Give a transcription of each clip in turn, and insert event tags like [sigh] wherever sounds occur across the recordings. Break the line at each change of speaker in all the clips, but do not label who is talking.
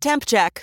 Temp check.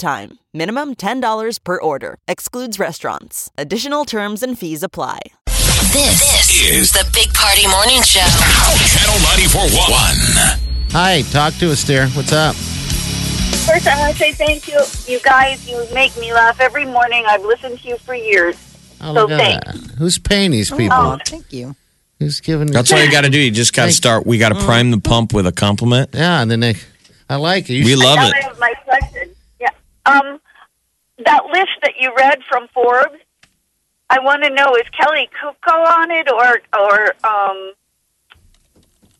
time. Minimum $10 per order. Excludes restaurants. Additional terms and fees apply.
This, is the Big Party Morning Show.
Channel 941.
Hi, talk to us, dear. What's up?
First, I want to say thank you. You guys, you make me laugh every morning. I've listened to you for years.
Oh,
so
look at
thanks.
that. Who's paying these people?
Oh, thank you.
Who's giving?
That's all you got to do. You just got to
Thank-
start. We got to prime the pump with a compliment.
yeah, and then they, I like it. You
We
should-
love
now
it.
I have my question. Yeah. Um, that list that you read from Forbes, I want to know is Kelly Kupko on it or or um,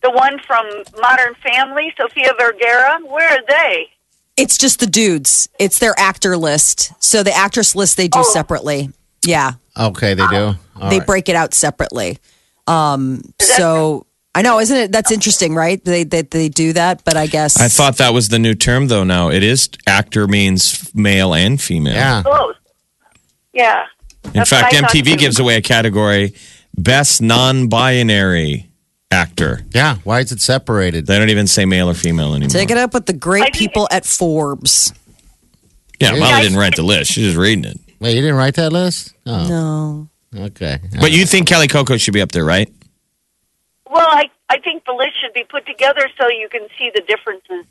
the one from Modern Family, Sofia Vergara? Where are they?
It's just the dudes. It's their actor list. So the actress list they do
Oh.
separately. Yeah,
okay, they do. All
they
right.
break it out separately. Um, so I know, isn't it? That's interesting, right? They they, they do that, but I guess
I thought that was the new term, though. Now it is actor means male and female.
Yeah.
Close. Yeah.
In fact, MTV
gives
gives away a category: best non-binary actor.
Yeah. Why is it separated?
They don't even say male or female anymore.
take it up with the
I
great
think-
people at Forbes.
Yeah, Molly didn't write the list; she's just reading it.
Wait, you didn't write that list? Oh,
No,
okay.
But you think Kelly Coco should be up there, right?
Well, I, I think the list should be put together so you can see the differences.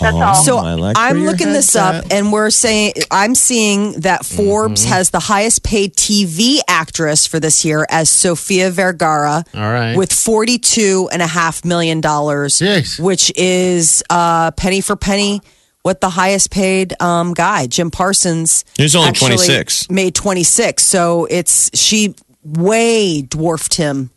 That's all.
So
I like where
I'm
your
looking this
head's
up, and we're saying I'm seeing that Forbes has the highest paid TV actress for this year as Sofia Vergara.
All right.
With forty-two and a half million dollars,
Jeez.
which is uh, penny for penny, what the highest paid um, guy, Jim Parsons,
He's only
actually
26.
made twenty-six. So it's she way dwarfed him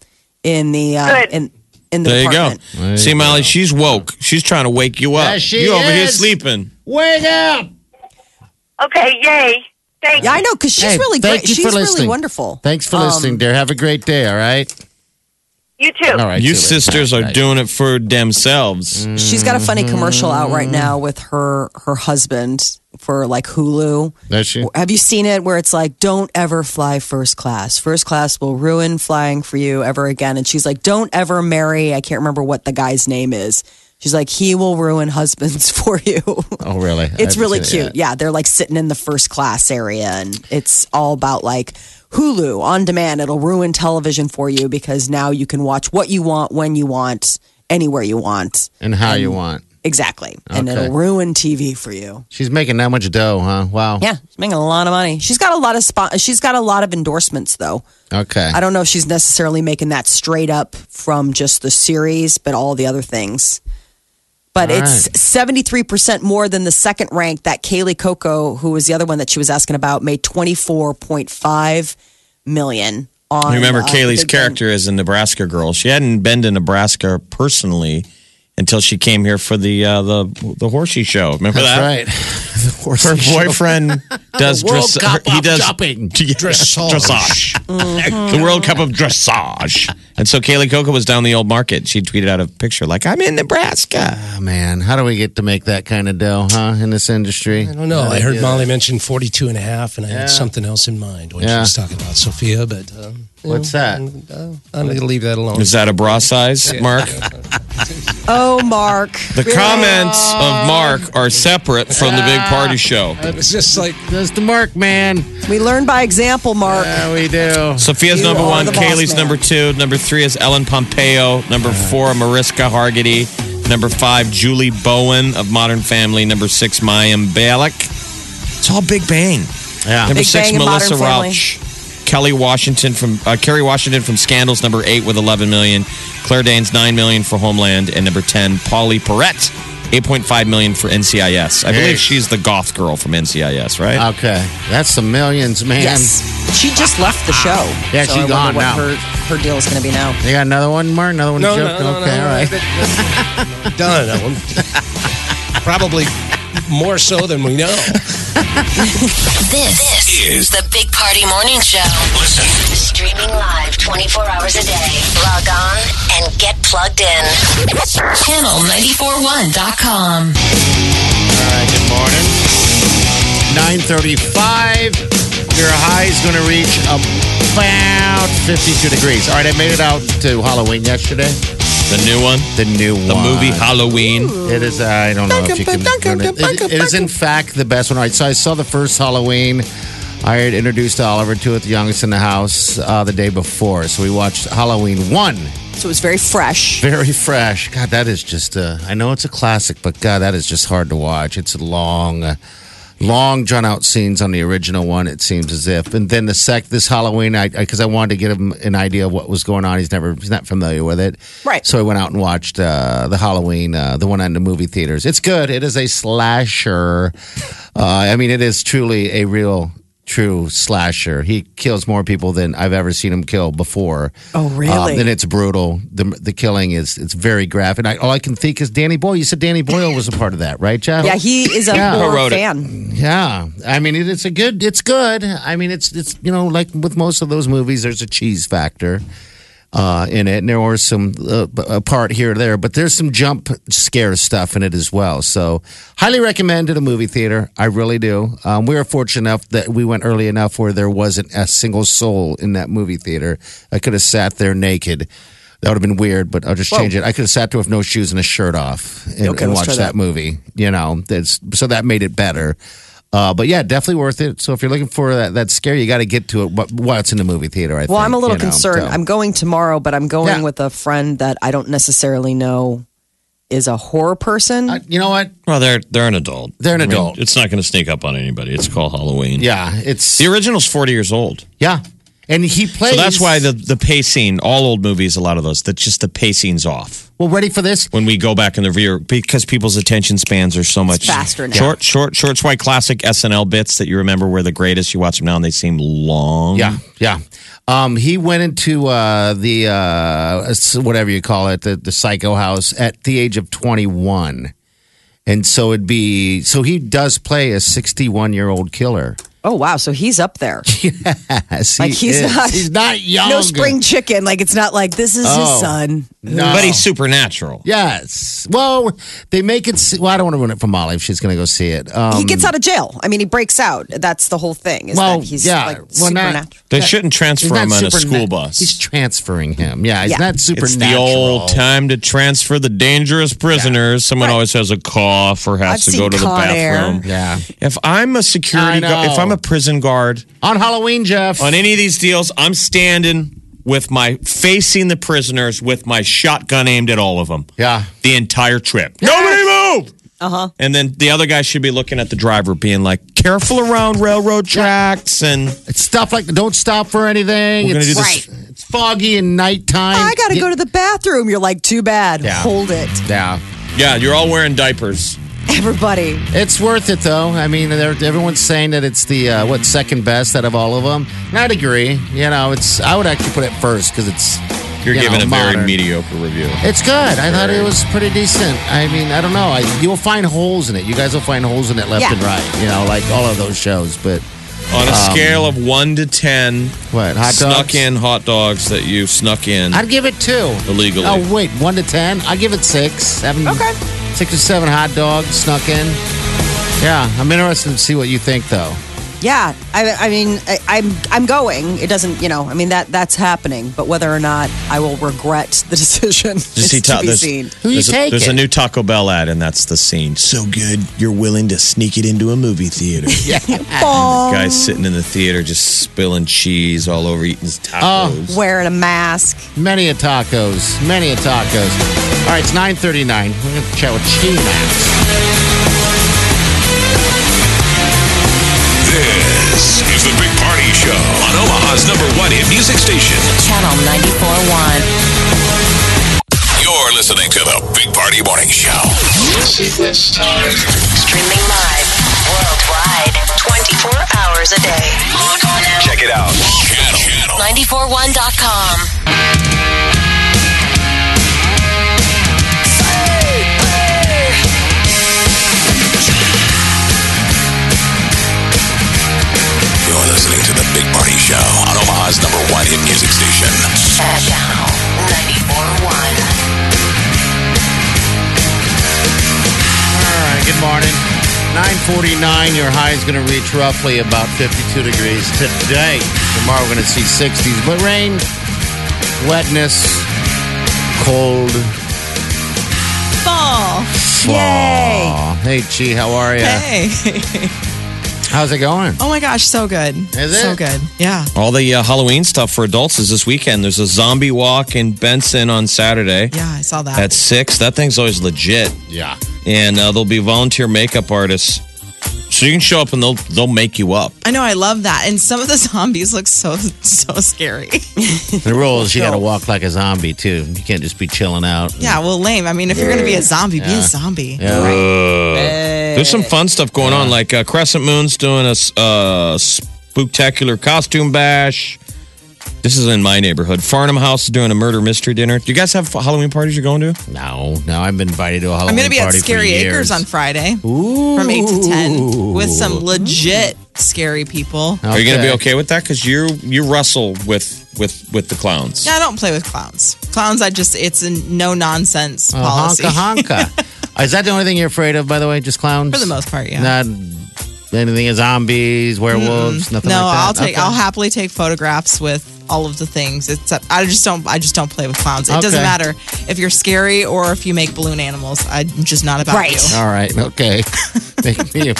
in the uh,
Good.
in in the
There you go.
department.
you
See, Molly, she's woke. She's trying to wake you up.
Yeah, she
you over here
is.
sleeping.
Wake up!
Okay, yay. Thank
Yeah,
you.
I know because she's
Hey,
really
thank
great.
you
She's
for
really
listening.
wonderful.
Thanks for
Um,
listening, dear. Have a great day. All right.
You too.
All right. Mm.
you
see later.
sisters
Bye.
are doing it for themselves.
She's got a funny
Mm-hmm.
commercial out right now with her her husband for like Hulu.
That's you.
Have you seen it where it's like don't ever fly first class. First class will ruin flying for you ever again and she's like don't ever marry I can't remember what the guy's name is. She's like he will ruin husbands [laughs] for you.
Oh, really? I
it's
haven't
really
seen it
cute. Yeah, they're like sitting in the first class area and it's all about like Hulu on demand. It'll ruin television for you because now you can watch what you want when you want anywhere you want.
yet. And how you
Um,
want.
Exactly. And
Okay.
it'll ruin TV for you.
She's making that much dough, huh? Wow.
Yeah, she's making a lot of money. She's got a lot of spot. She's got a lot of endorsements, though.
Okay.
I don't know if she's necessarily making that straight up from just the series, but all the other things. But
All
it's
right.
seventy three percent more than the second ranked that Kaylee Coco, who was the other one that she was asking about, made twenty four point five million. On
You remember
uh,
Kaylee's
Big Bang.
character as a Nebraska girl. She hadn't been to Nebraska personally until she came here for the uh, the the horsey show. Remember
That's
that?
right. the
[laughs]
horse
Her
show. [laughs]
boyfriend does
World
dress.
Cup
he
of Mm-hmm.
does
shopping.
dressage. the World Cup of dressage. And so Kaylee Coco was down the old market. She tweeted out a picture like, "I'm in Nebraska."
Oh, man. How do we get to make that kind of dough, huh, in this industry?
I don't know. I heard Molly mention 42 and a half, and I had something else in mind when
Yeah.
she was talking about Sophia, but um,
What's that?
I'm going to leave that alone.
Is that a bra size,
[laughs]
Mark?
Oh, Mark.
The comments of Mark are separate from the big party show.
It's just like,
That's the mark, man.
We learn by example, Mark.
Yeah, we do.
Sophia's
You
number
are
one,
the boss
Kaylee's
man.
number two, number three is Ellen Pompeo, number four, Mariska Hargitay, number five, Julie Bowen of Modern Family, number six, Mayim Bialik. It's all Big Bang.
Yeah.
Number
Big
six,
Bang and
Melissa
Modern Family.
Rauch. Kelly Washington from uh, Kerry Washington from Scandals, number eight with 11 million. Claire Danes, 9 million for Homeland. And number 10, Polly Perrette, 8.5 million for NCIS. I believe
Jeez.
she's the goth girl from NCIS, right?
Okay. That's the millions, man.
Yes. She just left the show.
Yeah,
so
she's
I wonder
gone
what
now.
Her, her deal is going to be now.
You got another one, Mark? Another one?
no,
joke?
no, no,
okay,
no,
all right.
no, no, no, no. Done. I'm probably more so than we know.
This, is the Big Party Morning Show.
Listen.
Streaming live 24 hours a day. Log on and get plugged in. Channel941.com.
[laughs] All right, good morning. 935. Your high is going to reach about 52 degrees. All right, I made it out to Halloween yesterday.
The new one,
The new
the
one.
movie Halloween.
It is, uh, I don't know if you can. It, it is, in fact, the best one. All right, so I saw the first Halloween. I had introduced Oliver to it, the youngest in the house, uh, the day before. So we watched Halloween 1.
So it was very fresh.
Very fresh. God, that is just, uh, I know it's a classic, but God, that is just hard to watch. It's long, uh, long drawn out scenes on the original one, it seems as if. And then the sec, this Halloween, I, because I, wanted to get him an idea of what was going on. He's never, he's not familiar with it.
Right.
So I went out and watched uh, the Halloween, uh, the one on the movie theaters. It's good. It is a slasher. Uh, I mean, it is truly a real, true slasher. He kills more people than I've ever seen him kill before.
Oh, really?
Um, and it's brutal. The the killing is it's very graphic. I, all I can think is Danny Boyle. You said Danny Boyle was a part of that, right, Jeff?
Yeah, he is a
Yeah.
horror
Wrote it.
fan.
Yeah. I mean, it, it's a good. It's good. I mean, it's it's you know like with most of those movies, there's a cheese factor. Uh, in it, and there was some uh, b- a part here or there, but there's some jump scare stuff in it as well. So, highly recommend to the movie theater. I really do. Um, we were fortunate enough that we went early enough where there wasn't a single soul in that movie theater. I could have sat there naked. That would have been weird, but I'll just change it. I could have sat there with no shoes and a shirt off and,
Okay,
and
let's
watched that.
try that.
movie. You know, that's, so that made it better. Uh, but yeah, definitely worth it. So if you're looking for that, that scare, you got to get to it wh- while it's in the movie theater. I
Well,
think,
I'm a little
you know,
concerned.
so.
I'm going tomorrow, but I'm going
Yeah.
with a friend that I don't necessarily know is a horror person.
Uh, you know what?
Well, they're they're an adult.
They're an
I mean,
adult.
it's not going to sneak up on anybody. It's called Halloween.
Yeah, it's
The original's 40 years old.
yeah, and he plays.
So that's why the, the pacing, all old movies, a lot of those, that's just the pacing's off.
well, ready for this?
When we go back in the rear, because people's attention spans are so much
faster now.
Short, short, short. It's why classic SNL bits that you remember were the greatest. You watch them now and they seem long.
Yeah, yeah. Um, he went into uh, the uh, s- whatever you call it, the, the psycho house at the age of twenty one, and so it'd be so he does play a sixty one year old killer.
Oh wow, so he's up there.
Yes,
Like,
he
he's
is.
not-
he's not young.
no spring chicken. Like it's not like this is his
Oh.
son.
No.
But he's supernatural.
Yes. Well, they make it. se- Well, I don't want to ruin it for Molly if she's going to go see it. Um,
he gets out of jail. I mean, he breaks out. That's the whole thing. Is
Well,
that he's
yeah.
like
Well, not-
supernatural.
They shouldn't
he's
transfer
not
him on a
superna-
school bus.
He's transferring him. Yeah, he's
Yeah.
not supernatural.
It's the old time to transfer the dangerous prisoners. Someone always has a cough or has
I've
to go
seen
to the
Con Air.
bathroom.
Yeah.
If I'm a security
I
guard, if
know.
I'm a prison guard
On Halloween, Jeff.
on any of these deals, I'm standing with my facing the prisoners with my shotgun aimed at all of them.
yeah.
The entire trip. Nobody move.
Uh-huh.
Uh huh. And then the other guy should be looking at the driver, being like, "Careful around railroad tracks." And
It's stuff like don't stop for anything.
We're gonna
it's,
do
this-
It's foggy and nighttime.
Oh, I gotta
Yeah.
go to the bathroom. You're like, too bad.
Yeah.
Hold it,
Yeah.
yeah, you're all wearing diapers.
everybody.
It's worth it though. I mean, they're- everyone's saying that it's the uh, what second best out of all of them. And I'd agree. You know, it's I would actually put it first because it's
You're
you
giving
know,
a
modern.
very mediocre review.
It's good. I thought it was pretty decent. I mean, I don't know. I, you'll find holes in it. You guys will find holes in it left
Yeah.
and right. You know, like all of those shows. But
On a scale of one to ten,
what Um, hot
snuck
dogs?
in hot dogs that you snuck in.
I'd give it two.
Illegally.
Oh wait, one to ten. I give it six, seven.
Okay.
Six or seven hot dogs snuck in. Yeah, I'm interested to see what you think though.
Yeah, I, I mean, I, I'm I'm going. It doesn't, you know. I mean that that's happening. But whether or not I will regret the [laughs] decision is
see
to
ta-
be
there's-
seen.
Who you
there's a,
taking?
there's a new Taco Bell ad, and that's the scene. So good, you're willing to sneak it into a movie theater.
[laughs]
yeah. Guy's sitting in the theater, just spilling cheese all over, eating his tacos.
Wearing a mask.
many a tacos, many a tacos. All right, it's 9:39. We're going to chat with Chi Max.
This is the Big Party Show on Omaha's number one hit music station.
Channel 94.1.
You're listening to the Big Party Morning Show.
Streaming live worldwide 24 hours a day. Log on now.
Check it out. Channel, Channel
941.com.
hit music station.
Channel 94.1.
All right, good morning. 949, your high is going to reach roughly about 52 degrees today. Tomorrow we're going to see 60s, but rain, wetness, cold.
Fall. Yay.
Aw. Hey, Chi, how are you?
Hey.
How's it going?
Oh my gosh, so good.
Is
So
it?
good. Yeah.
All the uh, Halloween stuff for adults is this weekend. There's a zombie walk in Benson on Saturday
Yeah, I saw that.
at 6. That thing's always legit.
[laughs]
Yeah.
And uh, there'll be volunteer makeup artists. So you can show up and they'll they'll make you up.
I know, I love that. And some of the [laughs] zombies look so, so scary. [laughs]
The rule is you got to walk like a zombie, too. You can't just be chilling out.
yeah, well, lame. I mean, if you're going to be a zombie, be a zombie.
Yeah.
There's some fun stuff going on, like uh, Crescent Moon's doing a s- uh, spectacular costume bash. This is in my neighborhood. Farnham House is doing a murder mystery dinner. Do you guys have Halloween parties you're going to?
No, no, I've been invited to a Halloween
I'm going to be at
party for
Scary
years.
Acres on Friday from 8 to 10 with some legit scary people.
Are you going to be okay with that? Because you you wrestle with with with the clowns.
No, I don't play with clowns. Clowns, I just, it's a no nonsense
Uh,
policy.
honka
[laughs]
honka. Is that the only thing you're afraid of, by the way? Just clowns?
For the most part, yeah.
Not anything of zombies, werewolves, nothing
no,
like that.
I'll take.
Okay.
I'll happily take photographs with all of the things. Except I just don't. I just don't play with clowns. It doesn't
Okay.
matter if you're scary or if you make balloon animals. I'm just not about
Right.
you.
All right,
[laughs]
okay. make me a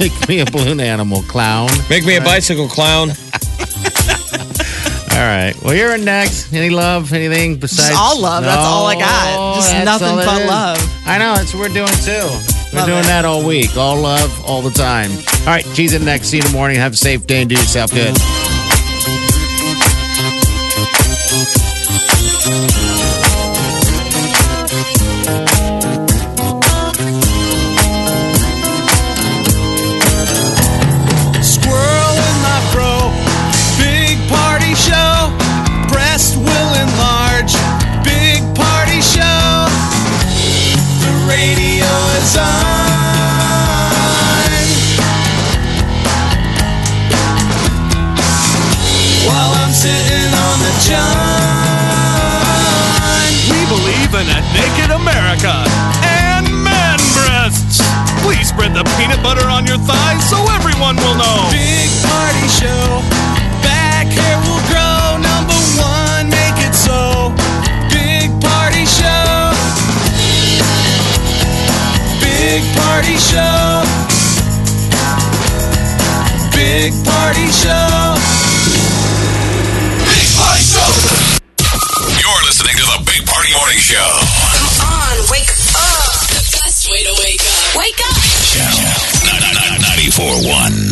make me a balloon animal clown.
Make me a bicycle clown.
All right. Well, you're in next. Any love? Anything besides?
all love. That's all I got.
No,
Just
that's
nothing
all it
but
is.
love.
I know. That's what we're doing too. We're
Love
doing
it.
that all week. All love, all the time. All right. Cheese in next. See you in the morning. Have a safe day and do yourself good.
Squirrel in my fro. Big party show. Breast will enlarge. Big party show. The radio is on. While I'm sitting on the john.
We believe in a naked America and man breasts. Please spread the peanut butter on your thighs so everyone will know.
Big party show. Back hair will grow. Number one, make it so. Big party show. Big party show. Big party show.
Big Party Show. You're listening to the Big Party Morning Show.
Come on, wake up. The best way to wake up. Wake up.
Channel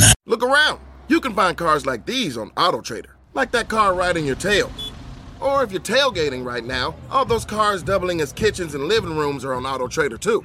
94.1.
Look around. You can find cars like these on AutoTrader, like that car riding your tail. Or if you're tailgating right now, all those cars doubling as kitchens and living rooms are on AutoTrader too.